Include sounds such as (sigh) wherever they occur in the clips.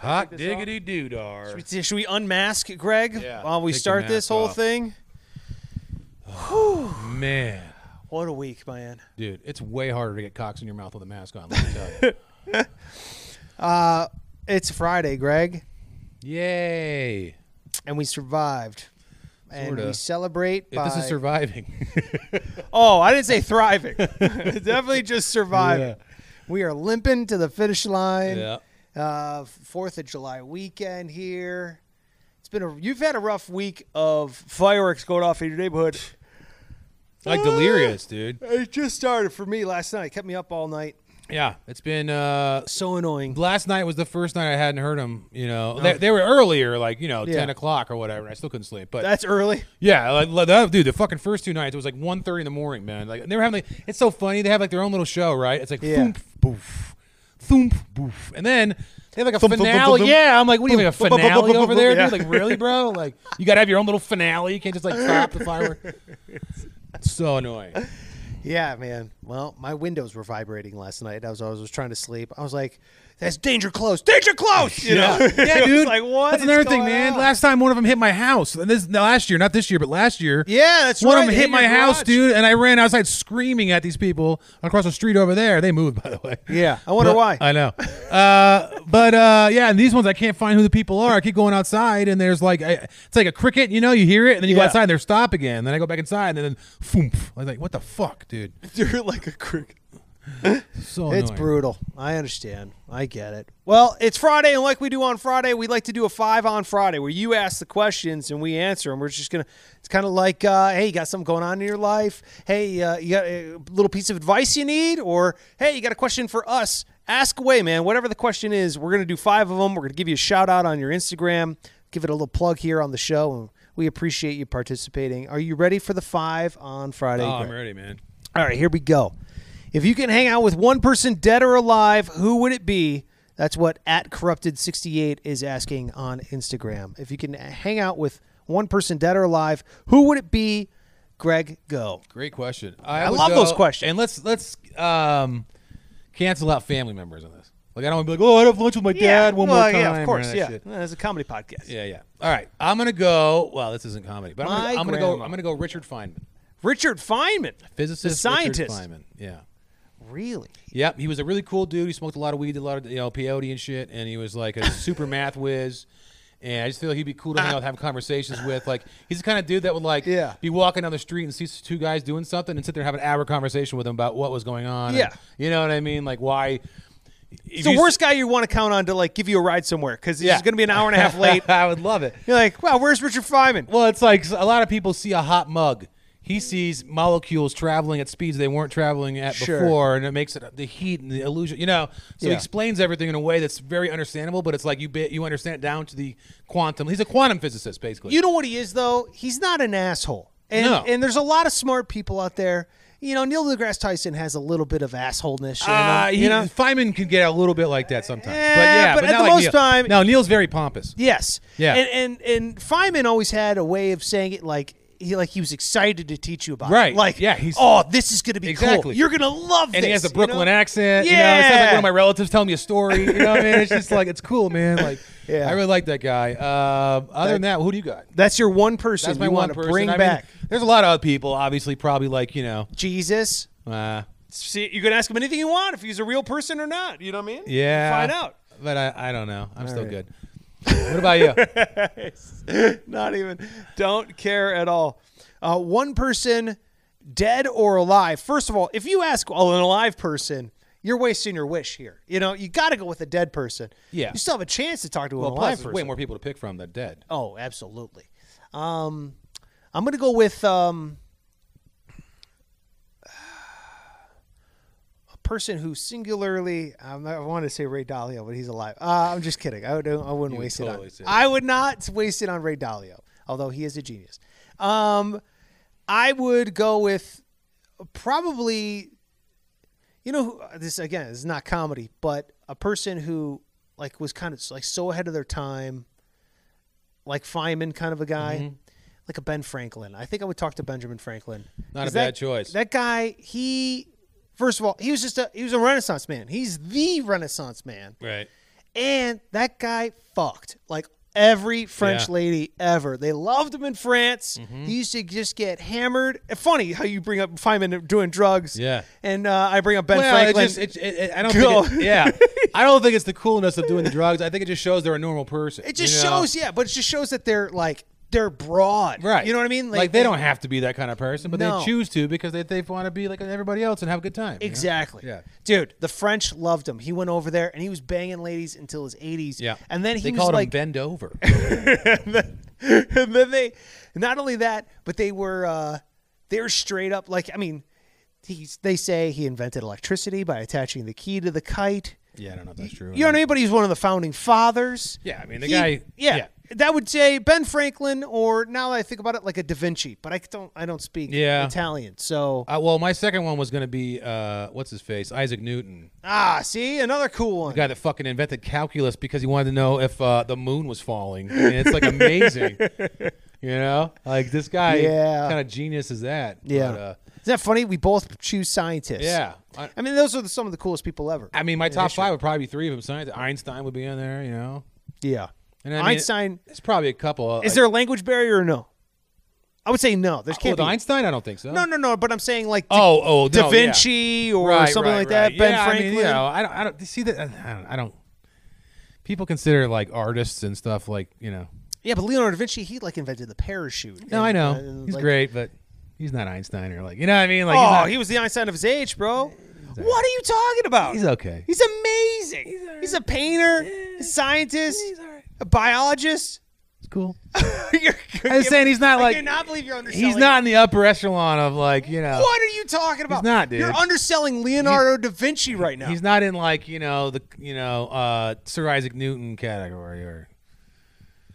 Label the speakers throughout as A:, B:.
A: Hot
B: this off?
A: diggity doodar.
B: Should we, should we unmask Greg
A: Yeah,
B: while we
A: take your
B: start this
A: mask
B: whole
A: off.
B: thing?
A: Man,
B: What a week, man.
C: Dude, it's way harder to get cocks in your mouth with a mask on. Let me
B: (laughs)
C: tell you.
B: It's Friday, Greg,
A: yay!
B: and we survived. And
A: Sorta.
B: we celebrate
A: If
B: by
A: this is surviving. (laughs)
B: Oh, I didn't say thriving. Definitely just surviving.
A: Yeah.
B: We are limping to the finish line.
A: yeah.
B: Uh, Fourth of July weekend here. It's been a you've had a rough week of fireworks going off in your neighborhood.
A: Like delirious, dude.
B: It just started for me last night. It kept me up all night.
A: Yeah, it's been uh,
B: So annoying.
A: last night was the first night I hadn't heard them. You know, they, they were earlier, like you know,
B: Oh. Yeah.
A: ten o'clock or whatever. I still couldn't sleep, but
B: That's early.
A: yeah, like, like that, dude, the fucking first two nights it was like 1.30 in the morning, man. Like they were having, like, it's so funny. They have like their own little show, right? It's like
B: Yeah.
A: thump boof, thump boof, and then they have like a
C: Thump, thump, thump,
A: finale.
C: thump.
A: yeah, I'm like, what do you have a
C: Thump, thump, thump,
A: finale
C: thump,
A: over
C: thump,
A: there,
B: yeah.
A: dude? Like really,
B: (laughs)
A: bro? Like you gotta have your own little finale. You can't just like stop the firework. It's so annoying.
B: Yeah, man. Well, my windows were vibrating last night. I was I was trying to sleep. I was like, "That's danger close, danger close." You
A: Yeah, (laughs)
B: know?
A: yeah,
B: (laughs) It was
A: dude.
B: Like what?
A: That's
B: is
A: another thing,
B: going
A: man.
B: on?
A: Last time one of them hit my house. And this no, last year, not this year, but last year.
B: yeah, that's
A: One
B: right.
A: of them
B: They
A: hit my
B: your
A: house,
B: garage.
A: dude, and I ran outside screaming at these people across the street over there. They moved, (laughs) by the way.
B: Yeah, I wonder
A: But-
B: why.
A: I know. Uh, but uh, yeah, and these ones I can't find who the people are. I keep going outside, and there's like I, it's like a cricket, you know. You hear it, and then you
B: Yeah.
A: go outside, and they're stop again. Then I go back inside, and then foomp. I was like, what the fuck, dude?
B: (laughs) You're like a cricket.
A: So
B: It's
A: annoying.
B: brutal. I understand. I get it. Well, it's Friday, and like we do on Friday, we like to do a five on Friday where you ask the questions and we answer them. We're just gonna. It's kind of like, uh, hey, you got something going on in your life? Hey, uh, you got a little piece of advice you need, or hey, you got a question for us? Ask away, man. Whatever the question is, we're gonna do five of them. We're gonna give you a shout out on your Instagram. Give it a little plug here on the show. and We appreciate you participating. Are you ready for the five on Friday?
A: Oh,
B: Greg?
A: I'm ready, man.
B: All right, here we go. If you can hang out with one person dead or alive, who would it be? That's what at corrupted68 is asking on Instagram. If you can hang out with one person dead or alive, who would it be? Greg, go.
A: Great question. I,
B: I
A: would
B: love
A: go-
B: those questions.
A: And let's let's um, cancel out family members on this. Like I don't want to be like, oh, I had lunch with my dad one
B: well,
A: more time.
B: Yeah, of
A: or
B: course.
A: that
B: Yeah.
A: shit.
B: It's a comedy podcast.
A: yeah, yeah. All right, I'm gonna go. Well, this isn't comedy, but I'm,
B: My
A: gonna, I'm gonna go.
B: grandma.
A: I'm gonna go Richard Feynman,
B: Richard Feynman.
A: physicist.
B: The scientist.
A: Richard Feynman. Yeah.
B: Really?
A: Yep, he was a really cool dude. He smoked a lot of weed, did a lot of you know peyote and shit, and he was like
B: (laughs)
A: a super math whiz. And I just feel like he'd be cool to hang out, have conversations with. Like he's the kind of dude that would like
B: Ah. Yeah.
A: be walking down the street and see two guys doing something and sit there and have an hour conversation with them about what was going on. and-
B: Yeah.
A: you know what I mean? Like why?
B: He's the worst guy you want to count on to like give you a ride somewhere because he's going to be an hour and a
A: (laughs)
B: half late.
A: I would love it.
B: You're like, wow, where's Richard Feynman?
A: Well, it's like a lot of people see a hot mug. He sees molecules traveling at speeds they weren't traveling at
B: Sure.
A: before, and it makes it uh, the heat and the illusion, you know. So he
B: Yeah.
A: explains everything in a way that's very understandable, but it's like you bit, you understand it down to the quantum. He's a quantum physicist, basically.
B: You know what he is though? He's not an asshole. And
A: No.
B: and there's a lot of smart people out there. You know, Neil deGrasse Tyson has a little bit of assholeness. in him,
A: uh,
B: you
A: he-
B: know?
A: Feynman can get a little bit like that sometimes,
B: Eh,
A: but yeah,
B: but
A: but,
B: at
A: not
B: the
A: like
B: most
A: Neil.
B: time-
A: no, Neil's very pompous.
B: Yes.
A: Yeah.
B: And and and Feynman always had a way of saying it like he like he was excited to teach you about. it.
A: Right.
B: Like
A: Yeah, he's-
B: oh this is gonna be cool.
A: Exactly.
B: You're gonna love this.
A: and he has a
B: you
A: Brooklyn
B: know?
A: accent. You know,
B: Yeah.
A: it sounds like one of my relatives telling me a story. You know what I mean? It's just like it's cool, man. Like,
B: (laughs) Yeah.
A: I really like that guy. Uh, other than that, who do you got?
B: That's your one person
A: That's my
B: you
A: one
B: want to
A: person.
B: bring
A: I mean,
B: back.
A: there's a lot of other people, obviously, probably like you know.
B: Jesus.
A: Uh,
B: See, you can ask him anything you want if he's a real person or not. You know what I mean?
A: yeah,
B: Find out.
A: But I, I don't know. I'm still
B: right.
A: good. What about
B: (laughs)
A: you?
B: not even don't care at all uh, one person dead or alive first of all if you ask well, an alive person you're wasting your wish here you know you got to go with a dead person
A: Yeah.
B: you still have a chance to talk to
A: well,
B: an
A: plus
B: alive
A: there's
B: person
A: way more people to pick from than dead.
B: oh absolutely um i'm gonna go with um a person who singularly um, i want to say ray dalio but he's alive uh, i'm just kidding i, would, I wouldn't
A: would
B: waste
A: totally
B: it
A: say
B: on
A: that.
B: i would not waste it on ray dalio although he is a genius um i would go with probably you know who- uh, this again this is not comedy but a person who like was kind of like so ahead of their time like Feynman kind of a guy,
A: Mm-hmm.
B: like a Ben Franklin. I think I would talk to Benjamin Franklin.
A: Not a
B: 'Cause
A: bad
B: that-
A: choice.
B: That guy, he first of all, he was just a he was a Renaissance man. He's the Renaissance man,
A: Right.
B: And that guy fucked like every French
A: Yeah. Mm-hmm.
B: lady ever. They loved him in France. He used to just get hammered. Funny how you bring up Feynman doing drugs.
A: Yeah.
B: And uh, I bring up Ben
A: Well, it
B: Franklin.
A: just, it, it, it- I don't
B: Go.
A: think it,
B: (laughs)
A: yeah. I don't think it's the coolness of doing the drugs. I think it just shows they're a normal person.
B: It just
A: you know?
B: shows, yeah, but it just shows that they're like they're broad,
A: Right.
B: You know what I mean?
A: Like, they don't have to be that kind of person, but
B: No.
A: they choose to because they, they want to be like everybody else and have a good time. you know?
B: Exactly.
A: Yeah.
B: Dude, the French loved him. He went over there and he was banging ladies until his 80s.
A: Yeah.
B: And then he
A: they
B: was
A: called
B: like
A: him bend
B: (laughs)
A: over.
B: and then they not only that, but they were uh they were straight up like I mean, he's they say he invented electricity by attaching the key to the kite.
A: yeah, I don't know if that's true.
B: You know what I mean? But he's one of the founding fathers.
A: Yeah, I mean, the
B: He-
A: guy-
B: Yeah,
A: yeah.
B: that would say Ben Franklin, or now that I think about it, like a Da Vinci. But I don't, I don't speak
A: Yeah.
B: Italian, so
A: Uh, well, my second one was going to be uh, what's his face, Isaac Newton,
B: ah, see another cool one.
A: the guy that fucking invented calculus because he wanted to know if uh, the moon was falling. And it's like
B: (laughs)
A: amazing, you know, like this guy.
B: Yeah.
A: what kind of genius is that?
B: yeah,
A: But, uh,
B: isn't that funny? We both choose scientists.
A: yeah. I,
B: I mean those are the, some of the coolest people ever.
A: I mean, my top five would probably be three of them. Science, Einstein would be in there, you know.
B: yeah,
A: And I mean,
B: Einstein.
A: It's probably a couple.
B: Is there a language barrier or no? I would say no. There's can't
A: with
B: be.
A: Einstein? I don't think so.
B: No, no, no. But I'm saying like Da,
A: Oh, oh, no,
B: Da
A: yeah.
B: Vinci or
A: Right,
B: something
A: right,
B: like that.
A: right.
B: Ben
A: Yeah,
B: Franklin.
A: I mean, you know, I don't, I don't see that. I don't, I don't. People consider like artists and stuff like you know.
B: Yeah, but Leonardo da Vinci, he like invented the parachute.
A: No, I
B: And,
A: know
B: uh,
A: he's
B: like-
A: great, but he's not Einstein or like you know what I mean. Like,
B: oh,
A: he's, not-
B: he was the Einstein of his age, bro. What are you talking about?
A: he's okay.
B: He's amazing. He's, a painter, a scientist, a biologist. (laughs)
A: He's cool.
B: you're,
A: I was saying he's not
B: I
A: like
B: cannot believe you're underselling.
A: he's not in the upper echelon of like you know.
B: What are you talking about?
A: not, dude.
B: You're underselling Leonardo da Vinci right now.
A: He's not in like you know the you know uh Sir Isaac Newton category or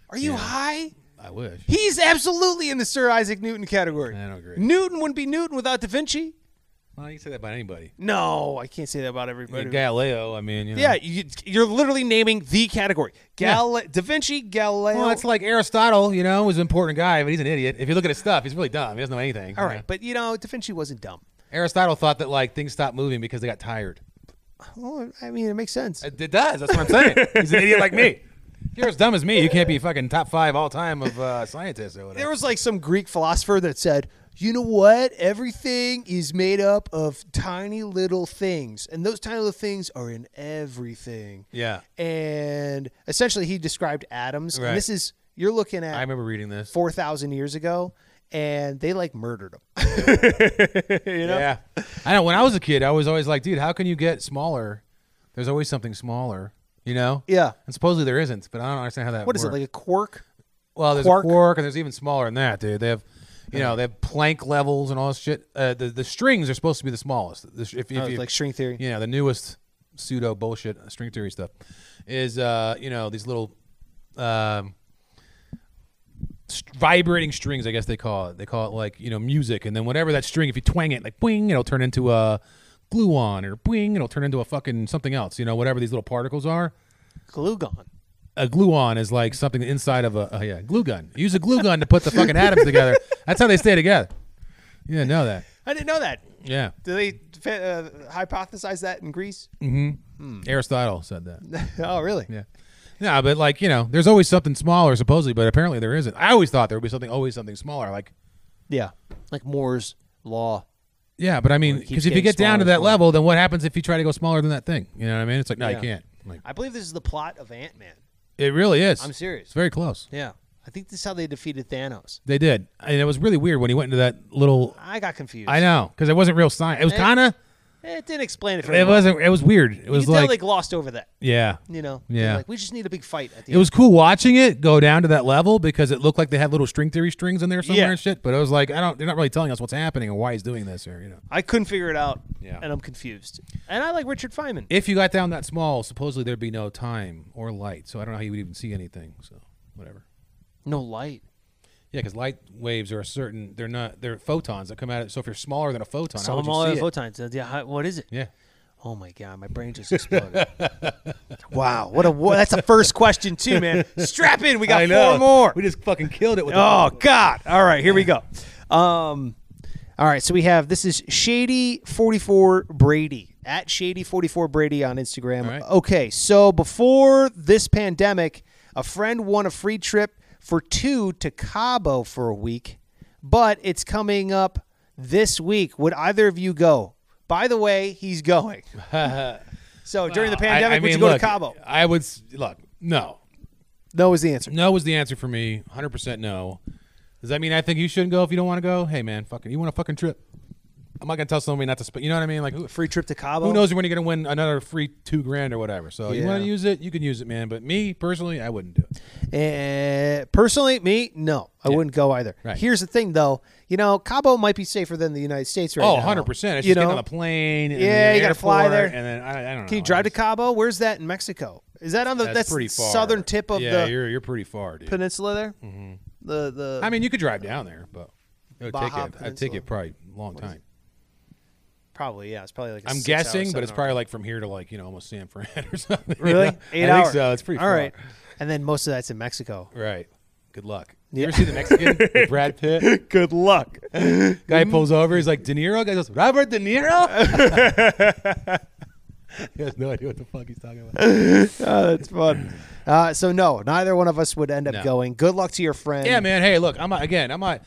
B: are you high?
A: I wish.
B: He's absolutely in the Sir Isaac Newton category.
A: I don't agree.
B: Newton wouldn't be Newton without da Vinci.
A: Well, you can say that about anybody.
B: No, I can't say that about
A: I mean,
B: everybody.
A: Galileo. I mean, you know.
B: yeah, you, you're literally naming the category. Gal- Da Vinci, Galileo.
A: Well, it's like Aristotle, you know, was an important guy, but he's an idiot. If you look at his stuff, he's really dumb. He doesn't know anything.
B: All
A: you
B: right,
A: know.
B: but you know, Da Vinci wasn't dumb.
A: Aristotle thought that like things stopped moving because they got tired.
B: Well, I mean, it makes sense.
A: It, it does. That's what I'm saying. he's an idiot like me. If (laughs) you're as dumb as me, you can't be fucking top five all time of uh, scientists or
B: There
A: whatever.
B: was like some Greek philosopher that said, you know what? Everything is made up of tiny little things, and those tiny little things are in everything.
A: Yeah.
B: And essentially, he described atoms.
A: Right.
B: And this is, you're looking
A: I
B: at
A: remember reading this.
B: 4,000 years ago, and they like murdered them.
A: Yeah. (laughs) I know. When I was a kid, I was always like, dude, how can you get smaller? There's always something smaller, you know?
B: yeah.
A: And supposedly there isn't, but I don't understand how that
B: What is
A: works.
B: it, like a quark?
A: Well, there's
B: Quark?
A: quark. and there's even smaller than that, dude. They have, you know, they have Planck levels and all this shit. Uh, the the strings are supposed to be the smallest. The, sh- if, if
B: Oh, it's
A: you-
B: like string theory.
A: yeah, the newest pseudo bullshit string theory stuff is, uh, you know, these little um, st- vibrating strings. I guess they call it. They call it like you know music, and then whatever that string, if you twang it, like boing, it'll turn into a gluon, or boing, it'll turn into a fucking something else. You know, whatever these little particles are
B: Glugon.
A: a gluon is like something inside of a uh, yeah glue gun. Use a glue gun to put the fucking atoms together. That's how they stay together. You didn't know that.
B: I didn't know that.
A: Yeah,
B: Do they uh, hypothesize that in Greece? (laughs)
A: Aristotle said that.
B: oh, really?
A: Yeah, no, but like you know, there's always something smaller supposedly, but apparently there isn't. I always thought there would be something, always something smaller. Like
B: Yeah. Like Moore's law.
A: yeah, but I mean,
B: it keeps
A: because if you
B: getting
A: get down to
B: smaller
A: that
B: and smaller.
A: level, then what happens if you try to go smaller than that thing? You know what I mean? It's like no,
B: Yeah.
A: you can't. Like
B: I believe this is the plot of Ant Man.
A: it really is.
B: I'm serious.
A: It's very close.
B: Yeah. I think this is how they defeated Thanos.
A: They did, and it was really weird when he went into that little.
B: I got confused.
A: I know because it wasn't real science. It was
B: Eh.
A: kind of.
B: It didn't explain it for
A: It wasn't. It was weird. It
B: You
A: was
B: can tell
A: like
B: they glossed over that.
A: yeah.
B: You know?
A: Yeah.
B: They're Like, we just need a big fight at the
A: It was cool watching it go down to that level because it looked like they had little string theory strings in there somewhere
B: Yeah.
A: and shit. But I was like, I don't. They're not really telling us what's happening and why he's doing this, or you know.
B: I couldn't figure it out.
A: Yeah.
B: And I'm confused. And I like Richard Feynman.
A: If you got down that small, supposedly there'd be no time or light, so I don't know how you would even see anything. So whatever.
B: no light.
A: Yeah, because light waves are a certain. They're not. They're photons that come out. of So if you're smaller than a photon, how would you
B: all
A: see
B: the
A: it?
B: photons. Uh, yeah, hi- what is it?
A: yeah.
B: Oh my god, my brain just exploded. (laughs) wow, what a (laughs) wo- that's the first question too, man. Strap in, we got four more.
A: We just fucking killed it with. (laughs)
B: Oh god. All right, here we go. Um all right, so we have this is Shady 44 Brady. at Shady44Brady on Instagram.
A: right.
B: Okay, so before this pandemic, a friend won a free trip for two to Cabo for a week, but it's coming up this week. Would either of you go? By the way,
A: (laughs)
B: he's going. so during the
A: I-
B: pandemic,
A: I
B: would you
A: mean,
B: go
A: look,
B: to Cabo?
A: I would s- look. No,
B: No is the answer.
A: no was the answer for me. Hundred percent no. Does that mean I think you shouldn't go if you don't want to go? Hey man, fucking, you want a fucking trip? I'm not gonna tell somebody not to. Sp- you know what I mean? Like who,
B: Free trip to Cabo.
A: who knows when you're gonna win another free two grand or whatever? So you
B: Yeah.
A: want to use it, you can use it, man. But me personally, I wouldn't do it.
B: Uh, personally, me, no, I wouldn't go either.
A: Right.
B: Here's the thing, though. You know, Cabo might be safer than the United States right
A: Oh,
B: now.
A: 100 percent. It's
B: You
A: just getting
B: know?
A: on the plane. And
B: Yeah,
A: then the
B: you gotta fly
A: airport,
B: there.
A: And then I, I don't know.
B: Can you drive to
A: It's-
B: Cabo? Where's that in Mexico? Is that on the
A: That's,
B: that's,
A: pretty far.
B: southern tip of
A: yeah,
B: the
A: you're you're pretty far, dude.
B: peninsula there? Mm-hmm. The the
A: I mean, you could drive down there, but it would take
B: Baja
A: it. I'd take
B: Peninsula.
A: it probably a long time.
B: probably yeah, it's probably like i
A: I'm guessing, but it's probably like from here to like you know almost San Fran (laughs) or something. you
B: really
A: know?
B: eight
A: (laughs) I
B: hours.
A: think so. It's pretty
B: All
A: far.
B: right. and then most of that's in Mexico.
A: (laughs) Right. Good luck.
B: Yeah.
A: You ever see the Mexican
B: (laughs)
A: with Brad Pitt?
B: Good (laughs) luck.
A: Guy pulls over. He's like De Niro. Guy goes Robert De (laughs) Niro. he has no idea what the fuck he's talking about.
B: oh, that's fun. Uh, so no, neither one of us would end up
A: No.
B: going. Good luck to your friend.
A: Yeah, man. Hey, look. I'm not, again. I'm not.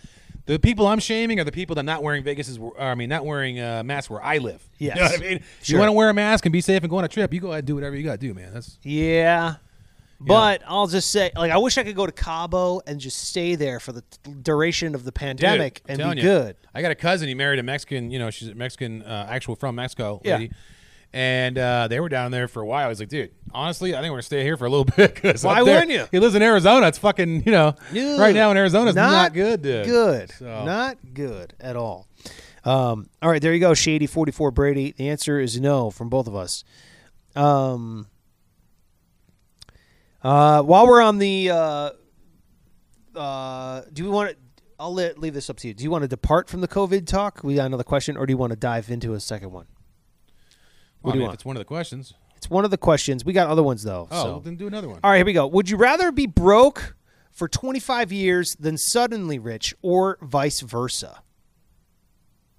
A: The people I'm shaming are the people that not wearing Vegas's. Or, I mean, not wearing uh, masks where I live.
B: Yes.
A: You know what I mean?
B: Sure.
A: You want to wear a mask and be safe and go on a trip. You go ahead, do whatever you got to do, man. That's
B: Yeah. But I'll just say, like, I wish I could go to Cabo and just stay there for the t- duration of the
A: Dude,
B: pandemic
A: I'm
B: and
A: telling
B: be
A: you.
B: good.
A: I got a cousin. He married a Mexican. You know, she's a Mexican, uh, actual from Mexico
B: Yeah.
A: lady. And uh, they were down there for a while. I was like, dude, honestly, I think we're gonna stay here for a little (laughs) bit. 'cause
B: Why
A: up there-
B: wouldn't you?
A: He lives in Arizona. It's fucking, you know,
B: Dude,
A: right now in Arizona, it's not, good, dude.
B: Good.
A: So-
B: Not good at all. Um, all right, there you go, Shady forty four Brady. The answer is no from both of us. Um, uh, while we're on the, uh, uh, do we want to? I'll let, leave this up to you. Do you want to depart from the COVID talk? We got another question, or do you want to dive into a second one?
A: Well,
B: What do
A: I
B: you
A: mean, if
B: want?
A: It's one of the questions.
B: It's one of the questions. We got other ones though.
A: Oh,
B: so.
A: well, then do another one.
B: All right, here we go. Would you rather be broke for 25 years than suddenly rich, or vice versa?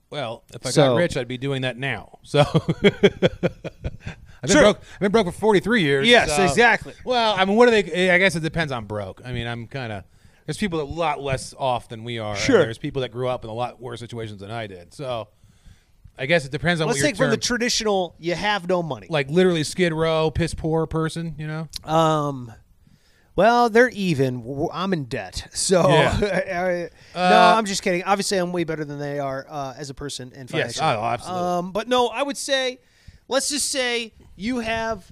A: Well, if I
B: So-
A: got rich, I'd be doing that now. So (laughs) I've been
B: Sure.
A: broke. I've been broke for forty three years.
B: Yes,
A: so-
B: exactly.
A: Well, I mean, what do they? I guess it depends on broke. I mean, I'm kind of. There's people that a lot less off than we are. and
B: Sure.
A: There's people that grew up in a lot worse situations than I did. So, I guess it depends on
B: Let's
A: what
B: take
A: your term.
B: from the traditional, you have no money.
A: like literally skid row, piss poor person. You know.
B: Um, well, they're even. W- I'm in debt, (laughs) so
A: Yeah. Uh,
B: no, I'm just kidding. Obviously, I'm way better than they are uh, as a person and
A: Yes,
B: financially.
A: oh, absolutely.
B: Um, but no, I would say, let's just say you have,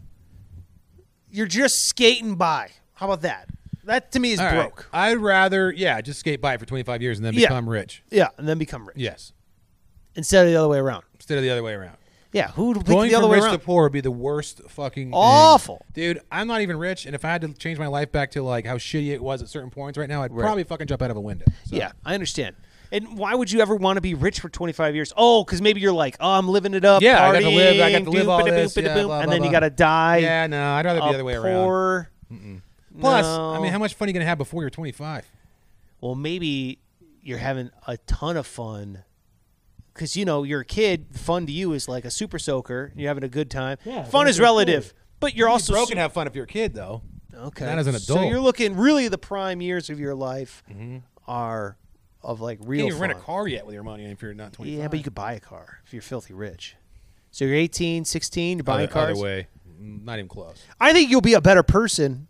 B: you're just skating by. How about that? That to me is
A: All right.
B: broke.
A: I'd rather yeah just skate by for 25 years and then
B: Yeah.
A: become rich.
B: Yeah, and then become rich
A: Yes.
B: instead of the other way around.
A: Instead of the other way around.
B: Yeah, who would pick
A: Going
B: the other
A: from
B: way
A: rich
B: around?
A: to poor would be the worst fucking thing.
B: Awful.
A: dude. I'm not even rich, and if I had to change my life back to like how shitty it was at certain points right now, I'd probably fucking jump out of a window. So,
B: Yeah, I understand. And why would you ever want to be rich for 25 years? Oh, because maybe you're like, oh, I'm living it up.
A: Yeah, I got to live. I got
B: partying,
A: to live
B: doop,
A: all
B: ba-da-boop,
A: this. Yeah,
B: ba-da-boop,
A: blah,
B: and
A: blah,
B: then you
A: blah.
B: got to die.
A: Yeah, no, I'd rather be
B: a
A: the other way around.
B: poor.
A: Plus,
B: No.
A: I mean, how much fun are you gonna have before you're 25?
B: Well, maybe you're having a ton of fun. Because, you know, you're a kid. Fun to you is like a super soaker. You're having a good time. fun is relative. But you're also
A: Broke
B: su-
A: and have fun if you're a kid, though.
B: Okay.
A: Not as an
B: So
A: adult. Mm-hmm.
B: you're looking really the prime years of your life are of like
A: You
B: real
A: can't even rent a
B: fun.
A: car yet with your money if you're not 25.
B: Yeah, but you could buy a car if you're filthy rich. So you're 18, 16, you're buying
A: either,
B: cars. Oh.
A: either way, Mm, not even close.
B: I think you'll be a better person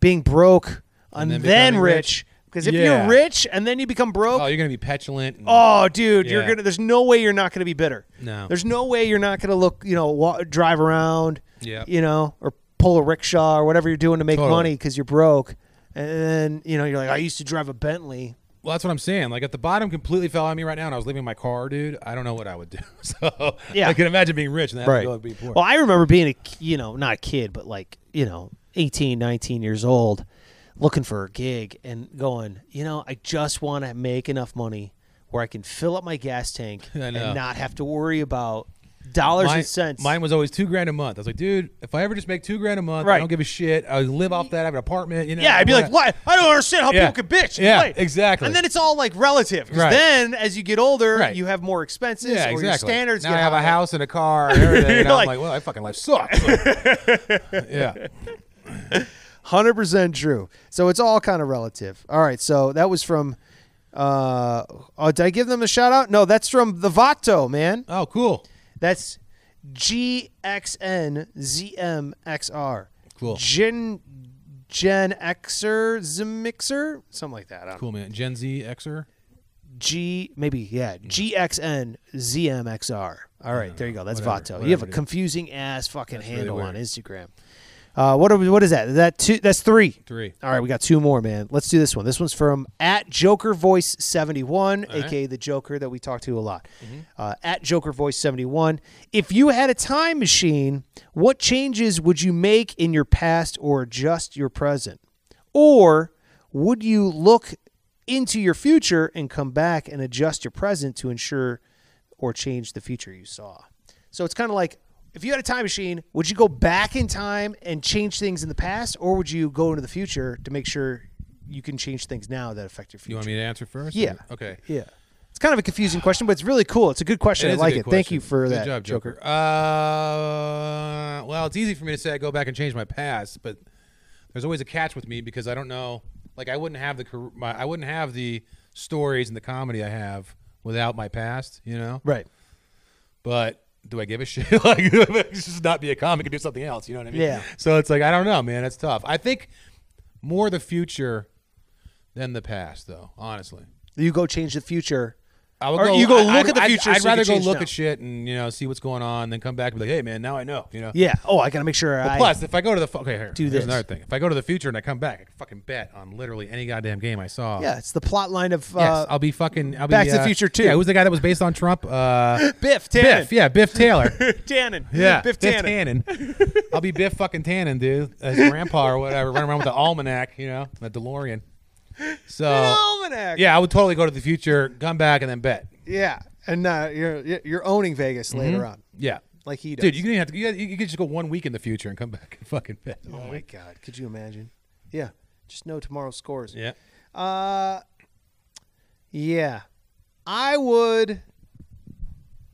B: being broke and,
A: then
B: then
A: becoming
B: rich.
A: rich.
B: Because if
A: Yeah.
B: you're rich and then you become broke,
A: Oh,
B: oh,
A: you're gonna be petulant. And,
B: dude, you're
A: Yeah.
B: gonna. There's no way you're not gonna be bitter.
A: No.
B: There's no way you're not gonna look. You know, wa- drive around.
A: Yeah.
B: You know, or pull a rickshaw or whatever you're doing to make
A: Totally.
B: money because you're broke. And then you know you're like, I used to drive a Bentley.
A: Well, that's what I'm saying. Like if the bottom completely fell on me right now, and I was leaving my car, dude. I don't know what I would do. (laughs) So
B: Yeah.
A: I can imagine being rich and then having
B: Right.
A: to go and be poor.
B: Well, I remember being a, k- you know, not a kid, but like, you know, 18, 19 years old, looking for a gig and going, you know, I just want to make enough money where I can fill up my gas tank
A: (laughs) I
B: and
A: know.
B: not have to worry about Dollars
A: mine,
B: and cents.
A: Mine was always two grand a month. I was like, dude, if I ever just make two grand a month,
B: Right.
A: I don't give a shit. I live off that. I have an apartment. You know.
B: yeah, I'd be like, why? I don't understand how
A: Yeah.
B: people can bitch. and
A: Yeah,
B: complain."
A: exactly.
B: And then it's all like relative. 'cause
A: Right.
B: Then as you get older,
A: Right.
B: you have more expenses.
A: Yeah,
B: or
A: exactly.
B: Your standards.
A: now
B: get
A: I have a
B: higher.
A: house and a
B: (laughs)
A: car and everything. and
B: You're
A: I'm
B: like-
A: like, well, my fucking life sucks. (laughs) yeah.
B: Hundred percent true. So it's all kind of relative. All right. So that was from. Uh, oh, did I give them a shout out? No, that's from the Vato man.
A: Oh, cool.
B: That's G X N Z M X R.
A: Cool.
B: Gen Gen Xer Zmixer, something like that. I don't know.
A: Cool man. Gen Z Xer.
B: G maybe yeah. G X N Z M X R. All right, there you go. That's
A: Uh, whatever,
B: Vato. you have
A: whatever
B: a
A: it is.
B: confusing ass fucking
A: really
B: handle on
A: weird.
B: Instagram. Uh, what are we, what is that? Is that two? That's three.
A: Three.
B: All right, we got two more, man. Let's do this one. This one's from at Joker Voice seventy one, aka the Joker that we talk to a lot. Uh, at Joker Voice seventy one. If you had a time machine, what changes would you make in your past or adjust your present, or would you look into your future and come back and adjust your present to ensure or change the future you saw? So it's kind of like if you had a time machine, would you go back in time and change things in the past, or would you go into the future to make sure you can change things now that affect your future?
A: You want me to answer first?
B: Yeah.
A: Or- Okay.
B: yeah. It's kind of a confusing question, but it's really cool. It's a good question. I
A: is a
B: like
A: good
B: it. Thank
A: question.
B: you for
A: Good
B: that,
A: job,
B: Joker.
A: Joker. Uh, well, it's easy for me to say I go back and change my past, but there's always a catch with me because I don't know. Like I wouldn't have the car- my, I wouldn't have the stories and the comedy I have without my past. You know.
B: Right.
A: But do I give a (laughs) shit? like it's just not be a comic and do something else. You know what I mean?
B: Yeah.
A: So it's like I don't know, man. It's tough. I think more the future than the past, though. Honestly.
B: You go change the future.
A: I would
B: Or you go
A: I-
B: look
A: I'd-
B: at the
A: I'd-
B: future
A: I'd,
B: so you
A: rather
B: can
A: go
B: change
A: look
B: now.
A: at shit and you know see what's going on, then come back and be like, hey man, now I know. You know.
B: Yeah. Oh, I got to make sure I.
A: Plus, if I go to the fu- okay, here,
B: Do
A: here's
B: this.
A: another thing. If I go to the future and I come back, I can fucking bet on literally any goddamn game I saw.
B: Yeah, it's the plot line of
A: Yes,
B: uh,
A: I'll be fucking. I'll
B: Back
A: be,
B: to the
A: uh,
B: Future too.
A: Yeah, who's the guy that was based on Trump? Uh,
B: Biff (laughs) Tannen.
A: Biff. Yeah, Biff
B: (laughs)
A: Taylor.
B: Tannen.
A: Yeah,
B: Biff
A: Biff
B: Tannen. (laughs)
A: Tannen. I'll be Biff fucking Tannen, dude. As grandpa or whatever, running around with the almanac, you know, the DeLorean.
B: An
A: So Uh,
B: almanac.
A: yeah, I would totally go to the future, come back, and then bet.
B: Yeah. And uh, you're you're owning Vegas later on,
A: Yeah,
B: like he does.
A: dude, you can have to. You, you could just go one week in the future and come (laughs) back and fucking bet.
B: Oh my God! Could you imagine? Yeah, just know tomorrow's scores.
A: Yeah.
B: Uh, yeah, I would.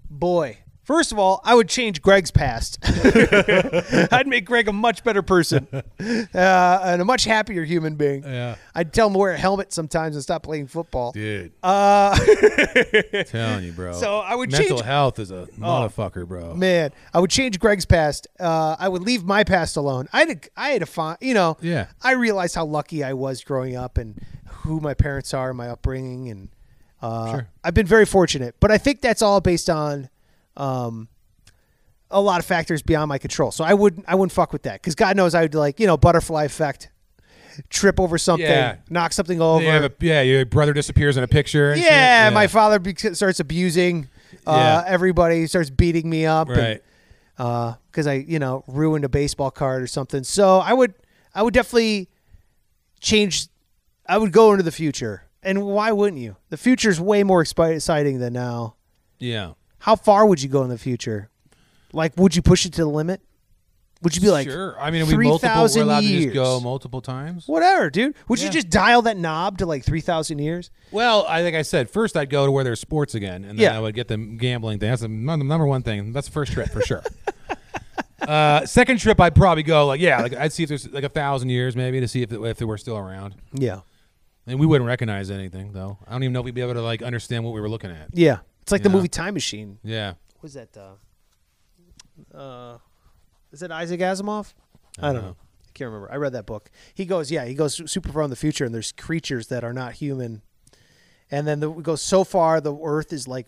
B: Boy, first of all, I would change Greg's past. (laughs) I'd make Greg a much better
A: (laughs)
B: person uh, and a much happier human being.
A: Yeah.
B: I'd tell him to wear a helmet sometimes and stop playing football.
A: Dude,
B: Uh, (laughs)
A: telling you, bro.
B: So I would
A: mental
B: change- Oh.
A: health is a motherfucker, bro.
B: man, I would change Greg's past. Uh, I would leave my past alone. I had, a, I had a fine, you know.
A: Yeah.
B: I realized how lucky I was growing up and who my parents are, my upbringing, and uh,
A: Sure.
B: I've been very fortunate. But I think that's all based on um, a lot of factors beyond my control. So I wouldn't, I wouldn't fuck with that because God knows I would like, you know, butterfly effect, trip over something,
A: Yeah.
B: knock something over.
A: Yeah, but- yeah, your brother disappears in a picture. and shit.
B: Yeah, my father bec starts abusing uh,
A: Yeah.
B: everybody, starts beating me up, and-
A: right.
B: because I you know ruined a baseball card or something. So I would I would definitely change. I would go into the future, and why wouldn't you? The future's way more expi- exciting than now.
A: Yeah,
B: How far would you go in the future? Like, would you push it to the limit? Would you be like,
A: sure. I mean, we
B: three
A: multiple. We're
B: thousand
A: allowed to
B: years?
A: just go multiple times.
B: Whatever, dude. Would you
A: Yeah.
B: just dial that knob to like three thousand years?
A: Well, I like I said, first I'd go to where there's sports again, and then
B: Yeah.
A: I would get them gambling thing. That's the num- number one thing. That's the first trip for sure. (laughs) uh, second trip, I'd probably go like yeah, like I'd see if there's like a thousand years maybe to see if if they were still around,
B: Yeah,
A: and we wouldn't recognize anything though. I don't even know if we'd be able to like understand what we were looking at.
B: yeah. It's like the
A: Yeah.
B: movie Time Machine.
A: Yeah,
B: What was that? Uh, uh, is that Isaac Asimov? I don't know. I can't remember. I read that book. He goes, yeah, he goes super far in the future, and there's creatures that are not human. And then the, we go so far, the Earth is like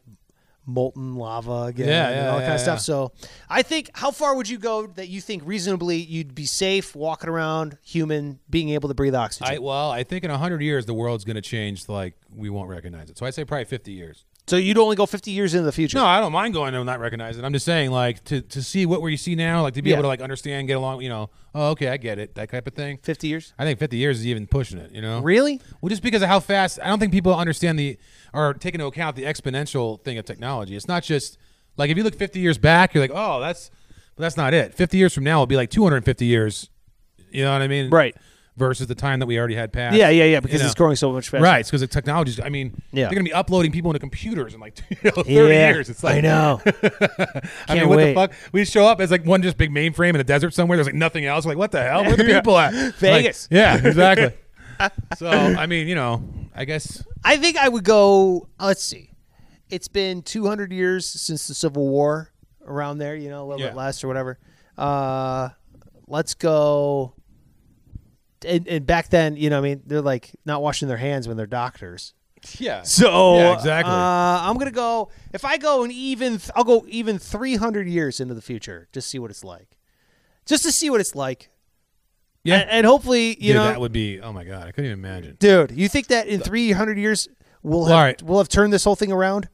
B: molten lava again,
A: Yeah,
B: and
A: yeah,
B: all that
A: yeah,
B: kind of stuff.
A: yeah.
B: So, I think how far would you go that you think reasonably you'd be safe walking around, human, being able to breathe oxygen?
A: I well, I think in hundred years the world's gonna change. Like we won't recognize it. So I'd say probably fifty years.
B: so you'd only go 50 years into the future.
A: No, I don't mind going and not recognizing. it. I'm just saying, like, to, to see what where you see now, like to be
B: Yeah.
A: able to like understand, get along, you know, oh, okay, I get it, that type of thing.
B: 50 years.
A: I think 50 years is even pushing it, you know?
B: Really?
A: Well, just because of how fast, I don't think people understand the, or take into account the exponential thing of technology. It's not just Like if you look 50 years back, you're like, oh, that's, but that's not it. 50 years from now, it'll be like 250 years. You know what I mean?
B: Right.
A: Versus the time that we already had passed.
B: Yeah, yeah, yeah. Because
A: You
B: it's
A: know.
B: growing so much faster.
A: Right, because the technology's. I mean,
B: Yeah.
A: they're gonna be uploading people into computers in like (laughs) you know, thirty
B: Yeah,
A: years. It's like (laughs)
B: I know.
A: I mean,
B: Can't
A: what the
B: wait.
A: fuck? We show up as like one just big mainframe in the desert somewhere. There's like nothing else. Like what the hell? (laughs) Where are the people at? Like,
B: Vegas.
A: (laughs) yeah, exactly. so I mean, you know, I guess
B: I think I would go. uh, Let's see. It's been 200 years since the Civil War, around there. You know, a little
A: Yeah.
B: bit less or whatever. Uh, let's go. And, and back then, you know, what I mean, they're like not washing their hands when they're doctors.
A: yeah.
B: So
A: Yeah, exactly.
B: Uh, I'm gonna go. If I go an even, th- I'll go even 300 years into the future. Just see what it's like. Just to see what it's like.
A: Yeah.
B: and, and hopefully, you
A: Dude,
B: know,
A: that would be. Oh my god, I couldn't even imagine.
B: dude, you think that in 300 years we'll have,
A: All right.
B: we'll have turned this whole thing around?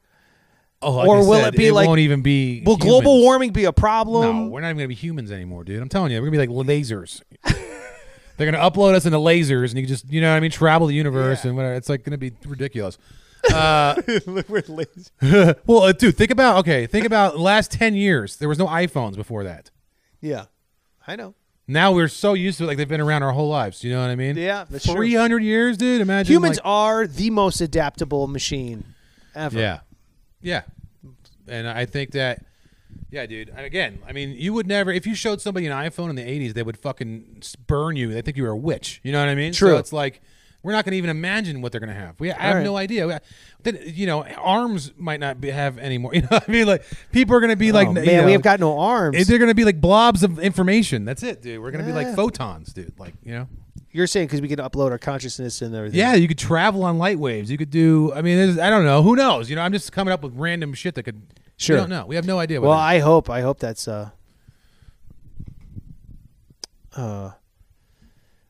A: Oh, like
B: Or
A: I
B: will
A: said,
B: it be like-
A: Won't even be.
B: Will global
A: humans.
B: warming be a problem?
A: No, we're not even gonna be humans anymore, dude. I'm telling you, we're gonna be like lasers. (laughs) They're gonna upload us into lasers, and you can just, you know, what I mean, travel the universe and whatever. It's like gonna be
B: (laughs)
A: ridiculous. Uh,
B: we're lazy.
A: (laughs) well, uh, dude, think about okay, think about last ten years. There was no iPhones before that.
B: Yeah, I know.
A: Now we're so used to it, like they've been around our whole lives. You know what I mean?
B: Yeah, that's true.
A: three hundred years, dude. Imagine
B: Humans
A: like-
B: are the most adaptable machine ever.
A: yeah, yeah, and I think that. Yeah, dude. And Again, I mean, you would never if you showed somebody an iPhone in the '80s, they would fucking s- burn you. They think you were a witch. You know what I mean?
B: True.
A: So it's like we're not going to even imagine what they're going to have. We I have
B: All right.
A: no idea. We- Then you know, arms might not be, have anymore. (laughs) You know what I mean? Like people are going to be like,
B: oh,
A: n-
B: man,
A: you know,
B: we have got no arms.
A: They're going to be like blobs of information. That's it, dude. We're going to be
B: Yeah.
A: like photons, dude. Like, you know?
B: You're saying because we can upload our consciousness and everything.
A: Yeah, you could travel on light waves. You could do, I mean, there's- I don't know. Who knows? You know, I'm just coming up with random shit that could.
B: Sure.
A: We don't know. We have no idea.
B: Well,
A: what it
B: I hope. I hope that's. Uh, uh,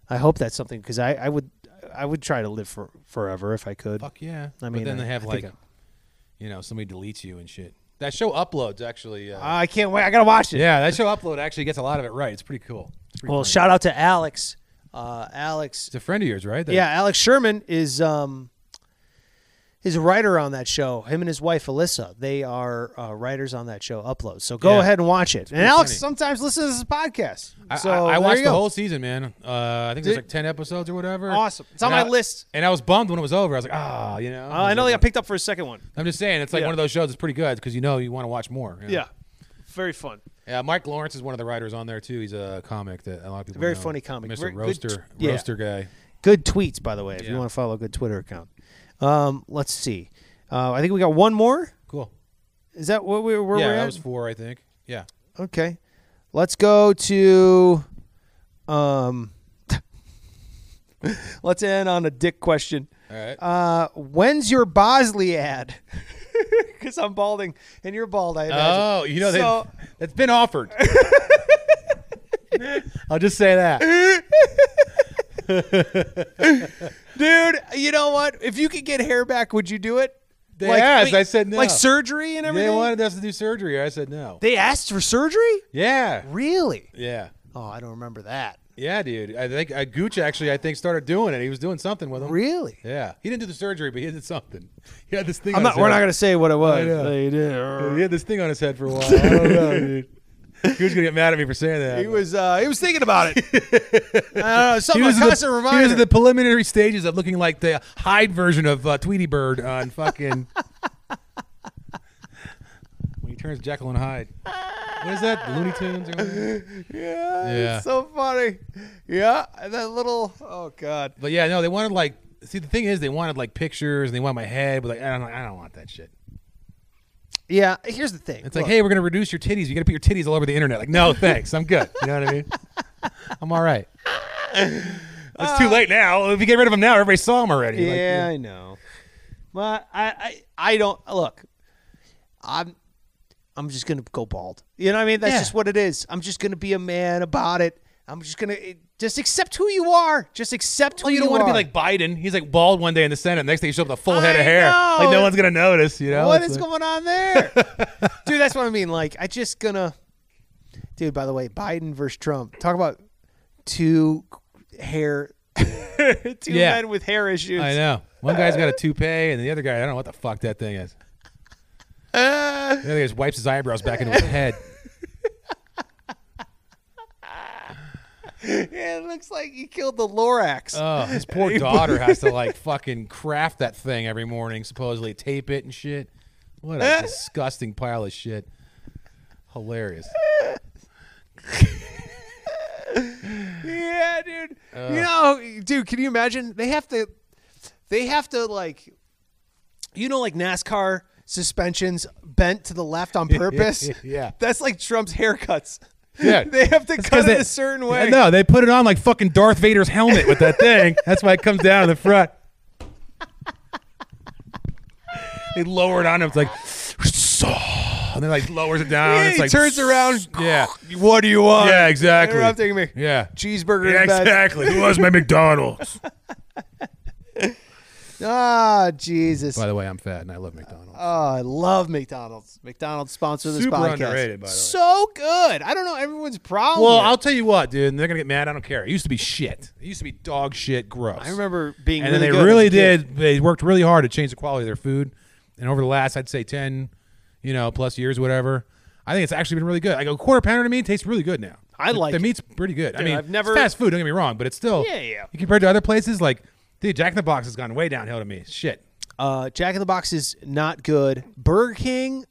B: I hope that's something because I, I would I would try to live for forever if I could.
A: is. Fuck yeah.
B: I
A: I mean,
B: mean,
A: but then
B: I-
A: they have
B: I think
A: like, you know, somebody deletes you and shit. That show uploads actually. Uh,
B: I can't wait. I gotta watch it.
A: yeah, that show upload actually gets a lot of it right. It's pretty cool. It's pretty
B: Well,
A: funny.
B: shout out to Alex. Uh, Alex.
A: It's a friend of yours, right? That-
B: Yeah, Alex Sherman is um, is a writer on that show. Him and his wife Alyssa, they are uh, writers on that show. Upload. So go
A: Yeah.
B: ahead and watch it. And Alex
A: funny.
B: sometimes listens to this podcast.
A: I,
B: so
A: I, I
B: there
A: watched
B: you
A: the
B: go.
A: whole season, man. Uh, I think there's
B: Did-
A: like ten episodes or whatever.
B: Awesome. It's on
A: And
B: my
A: I-
B: list.
A: And I was bummed when it was over. I was like, ah, you know.
B: Uh, I know they got picked up for a second one.
A: I'm just saying, it's like
B: Yeah.
A: one of those shows that's pretty good because you know you want to watch more. you know?
B: Yeah. Very fun.
A: Yeah, Mike Lawrence is one of the writers on there too. He's a comic that a lot of people
B: Very
A: know.
B: funny comic.
A: Mr.
B: Very good
A: Roaster,
B: t- yeah.
A: Roaster guy.
B: Good tweets, by the way, if you
A: Yeah.
B: want to follow a good Twitter account. Um, let's see. Uh, I think we got one more.
A: Cool.
B: Is that what we, where
A: yeah,
B: we're
A: that
B: at?
A: was four, I think. Yeah.
B: Okay. Let's go to um (laughs) Let's end on a dick question.
A: All right.
B: Uh when's your Bosley ad? (laughs) Cuz I'm balding and you're bald, I imagine.
A: oh, you know
B: So-
A: that that's been
B: (laughs)
A: offered. I'll just say that.
B: Dude, you know what? If you could get hair back, would you do it?
A: They asked, I said no.
B: Like surgery and
A: They
B: everything?
A: wanted us to do surgery. I said no.
B: They asked for surgery?
A: Yeah.
B: Really?
A: Yeah.
B: Oh, I don't remember that.
A: Yeah, dude. I think uh, Gooch actually, I think, started doing it. He was doing something with him.
B: Really?
A: Yeah. He didn't do the surgery, but he did something. He had this thing.
B: I'm
A: on
B: not
A: his
B: we're
A: head.
B: not going to say what it was.
A: know.
B: They did.
A: He had this thing on his head for a while. I don't
B: (laughs)
A: know, dude. He was gonna get mad at me for saying that.
B: He was uh, he was thinking about
A: (laughs)
B: it. I don't know,
A: He
B: something
A: was,
B: a
A: in
B: constant
A: the, he
B: reminder.
A: was in the preliminary stages of looking like the Hyde version of uh, Tweety Bird on
B: (laughs)
A: fucking. when he turns Jekyll and Hyde. What is that? Looney Tunes? Or whatever?
B: yeah,
A: Yeah.
B: it's so funny. Yeah, and that little oh god.
A: but yeah, no, they wanted like. See, the thing is, they wanted like pictures and they wanted my head, but like, I don't, I don't want that shit.
B: Yeah, here's the thing.
A: It's like, hey, we're gonna reduce your titties. You gotta put your titties all over the internet. Like,
B: (laughs)
A: no, thanks, I'm good. You know what I mean? I'm all right. It's too late now. If you get rid of them now, everybody saw them already. Like,
B: yeah, I know. Well, I, I I don't look. I'm I'm just gonna go bald. You know what I mean? That's
A: Yeah.
B: just what it is. I'm just gonna be a man about it. I'm just gonna it, just accept who you are. Just accept who
A: Well, you don't
B: want to
A: be like Biden. He's like bald one day in the Senate. Next day he shows up with a full head
B: I
A: of hair.
B: know.
A: Like no one's gonna notice. You know
B: What
A: It's
B: is
A: like-
B: going
A: (laughs)
B: on there? dude, that's what I mean. Like, I just gonna Dude, by the way, Biden versus Trump. Talk about two hair (laughs) two
A: Yeah.
B: men with hair issues.
A: I know. One guy's got a toupee, and the other guy, I don't know what the fuck that thing is.
B: Uh,
A: The other guy just wipes his eyebrows back into his head.
B: Yeah, it looks like he killed the Lorax.
A: Oh, his poor daughter has to
B: (laughs)
A: like fucking craft that thing every morning, supposedly tape it and shit. What
B: Eh?
A: a disgusting pile of shit.
B: (laughs)
A: Hilarious.
B: yeah, dude.
A: Uh.
B: you know, dude, can you imagine? They have to, they have to like, you know, like NASCAR suspensions bent to the
A: (laughs)
B: left on purpose.
A: Yeah.
B: that's like Trump's haircuts.
A: Yeah.
B: they have to cut
A: 'Cause
B: it
A: they-
B: a certain
A: Yeah,
B: way.
A: No, they put it on like fucking Darth Vader's helmet with that
B: (laughs)
A: thing. That's why it comes down in the front. They lower it on him. It's like, (sniffs) and then like lowers it down.
B: Yeah,
A: it's
B: he
A: like,
B: turns around.
A: (laughs) (sniffs)
B: (sniffs)
A: Yeah.
B: What do you want?
A: Yeah, exactly.
B: Interrupting me.
A: Yeah.
B: Cheeseburger.
A: Yeah,
B: in
A: (laughs)
B: bed.
A: exactly. Who was my McDonald's?
B: Ah, Jesus.
A: By the way, I'm fat and I love McDonald's.
B: Oh, I love McDonald's. McDonald's sponsor of this
A: Super
B: podcast.
A: underrated, by the way.
B: So good. I don't know everyone's problem.
A: well,
B: with.
A: I'll tell you what, dude. and They're gonna get mad. I don't care. It used to be shit. It used to be dog shit, gross.
B: I remember being.
A: and then they
B: really good as a
A: really
B: kid.
A: did. They worked really hard to change the quality of their food. And over the last, I'd say ten, you know, plus years, whatever. I think it's actually been really good. Like a quarter pounder to me tastes really good now.
B: I
A: the,
B: like
A: the
B: it.
A: meat's pretty good. I
B: Dude,
A: mean,
B: I've never-
A: it's fast food. Don't get me wrong, but it's still
B: Yeah, yeah.
A: Compared to other places, like dude, Jack in the Box has gone way downhill to me. Shit.
B: Uh, Jack in the Box is not good. Burger King,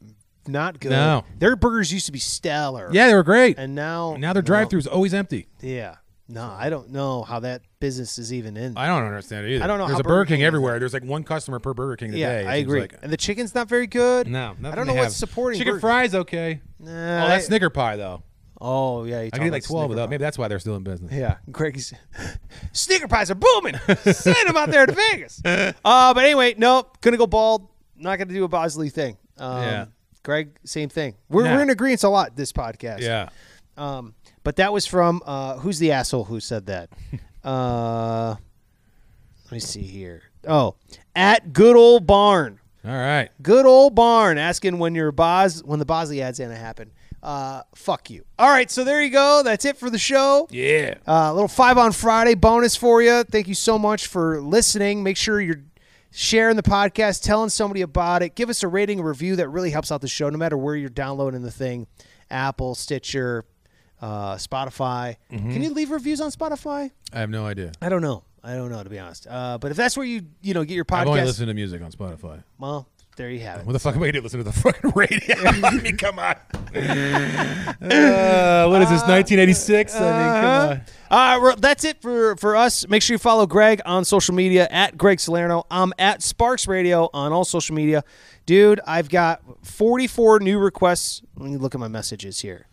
B: not good.
A: No.
B: Their burgers used to be stellar.
A: Yeah, they were great.
B: And now.
A: now their
B: no.
A: drive-through is always empty.
B: Yeah. No, I don't know how that business is even in.
A: I don't understand it either.
B: I don't know
A: There's
B: how
A: a Burger
B: Burger
A: King
B: King is
A: everywhere. There's like one customer per Burger King
B: yeah,
A: today. it
B: I
A: seems
B: agree.
A: like.
B: and the chicken's not very good.
A: No, nothing
B: I don't
A: they
B: know what's
A: have.
B: supporting
A: Chicken
B: Burger
A: fries, okay.
B: Nah,
A: oh,
B: I-
A: that's Snicker pie though.
B: Oh yeah, you're
A: I
B: talking
A: can eat like
B: about
A: twelve of
B: Snicker
A: those. Maybe that's why they're still in business.
B: Yeah, Greg's (laughs) sneaker pies
A: (laughs)
B: are booming. Send them out there to Vegas. Uh, but anyway, nope, gonna go bald. Not gonna do a Bosley thing. Um,
A: Yeah.
B: Greg, same thing. We're,
A: Nah.
B: we're in agreement a lot this podcast.
A: Yeah.
B: Um, but that was from uh, who's the asshole who
A: (laughs)
B: said that? uh, let me see here. Oh, at good old barn.
A: All right.
B: Good old barn asking when your Bos when the Bosley ad's gonna happen. Uh, fuck you. All right, so there you go. That's it for the show.
A: Yeah.
B: Uh, little five on Friday bonus for you. Thank you so much for listening. Make sure you're sharing the podcast, telling somebody about it. Give us a rating, a review. That really helps out the show, no matter where you're downloading the thing Apple, Stitcher, uh, Spotify.
A: Mm-hmm.
B: Can you leave reviews on Spotify?
A: I have no idea.
B: I don't know. I don't know, to be honest. Uh, but if that's where you you know get your
A: I've only
B: podcast,
A: listened to music on Spotify.
B: well, there you have it.
A: What the fuck am I gonna do? Listen to the (laughs) fucking
B: (laughs)
A: radio? I mean, come on. Uh, what is this? 1986. I mean, come on.
B: Uh, well, that's it for, for us. Make sure you follow Greg on social media at Greg Salerno. I'm at Sparks Radio on all social media. Dude, I've got 44 new requests. Let me look at my messages here.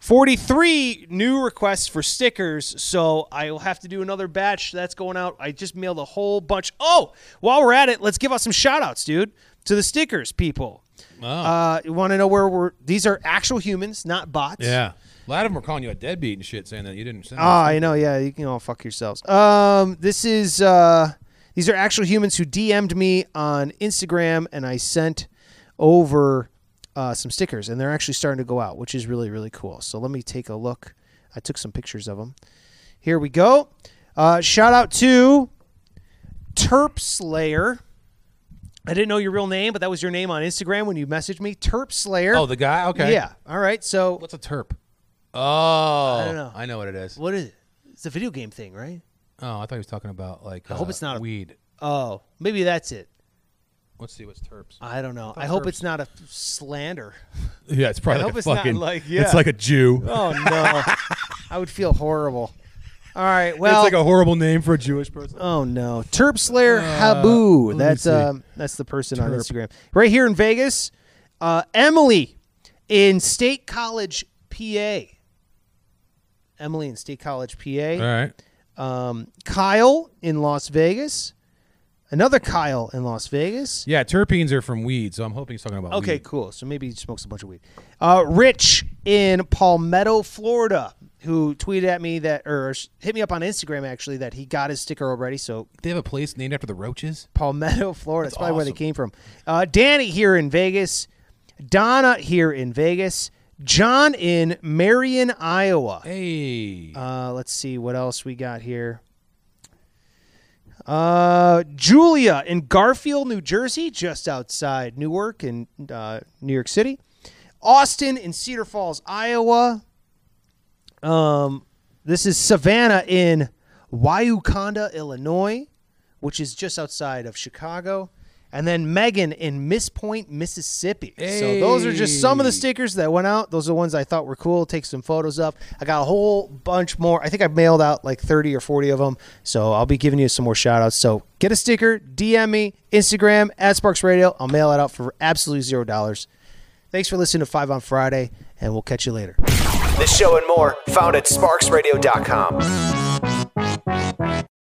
B: 43 new requests for stickers, so I will have to do another batch. That's going out. I just mailed a whole bunch. Oh, while we're at it, let's give out some shout outs, dude, to the stickers people. Uh, you want to know where we're? These are actual humans, not bots.
A: Yeah. A lot of them were calling you a deadbeat and shit, saying that you didn't. Send them.
B: Oh, I know. Yeah, you can all fuck yourselves. Um, this is uh, these are actual humans who DM'd me on Instagram, and I sent over uh, some stickers, and they're actually starting to go out, which is really really cool. So let me take a look. I took some pictures of them. Here we go. Uh, shout out to Terp Slayer. I didn't know your real name, but that was your name on Instagram when you messaged me, Terp Slayer.
A: oh, the guy. Okay.
B: yeah. All right. So
A: What's a terp? Oh, I
B: don't know.
A: I know what it is.
B: what is it? It's a video game thing, right?
A: Oh, I thought he was talking about like. I
B: hope it's not a-
A: weed.
B: Oh, maybe that's it.
A: Let's see what's terps.
B: I don't know. I hope it's not a
A: (laughs)
B: slander.
A: Yeah, it's probably
B: I
A: like
B: hope
A: a
B: it's not
A: fucking.
B: like-
A: It's
B: yeah.
A: like a Jew.
B: Oh no, (laughs) I would feel horrible. All right, well,
A: It's like a horrible name for a Jewish person.
B: oh no, Terp Slayer Habu.
A: let me
B: That's
A: see.
B: um, that's the person on
A: Terp.
B: Instagram right here in Vegas. Uh, Emily in State College, PA. Emily in State College, PA.
A: All right.
B: Um, Kyle in Las Vegas. Another Kyle in Las Vegas.
A: Yeah, terpenes are from weed, so I'm hoping he's talking about.
B: Okay,
A: weed.
B: cool. So maybe he smokes a bunch of weed. Uh, Rich in Palmetto, Florida, who tweeted at me that, or hit me up on Instagram actually, that he got his sticker already. So
A: They have a place named after the roaches.
B: Palmetto, (laughs) Florida. That's, probably where they came from. Uh, Danny here in Vegas. Donna here in Vegas. John in Marion, Iowa.
A: Hey.
B: Uh, let's see what else we got here. Uh, Julia in Garfield, New Jersey, just outside Newark in uh, New York City. Austin in Cedar Falls, Iowa. Um, this is Savannah in Wyukonda, Illinois, which is just outside of Chicago. And then Megan in Miss Point, Mississippi. So those are just some of the
A: Hey.
B: stickers that went out. Those are the ones I thought were cool. Take some photos up. I got a whole bunch more. I think I mailed out like 30 or 40 of them. So I'll be giving you some more shout outs. So get a sticker, DM me, Instagram, at Sparks Radio. I'll mail it out for absolutely zero dollars. Thanks for listening to Five on Friday, and we'll catch you later.
D: This show and more found at sparksradio.com.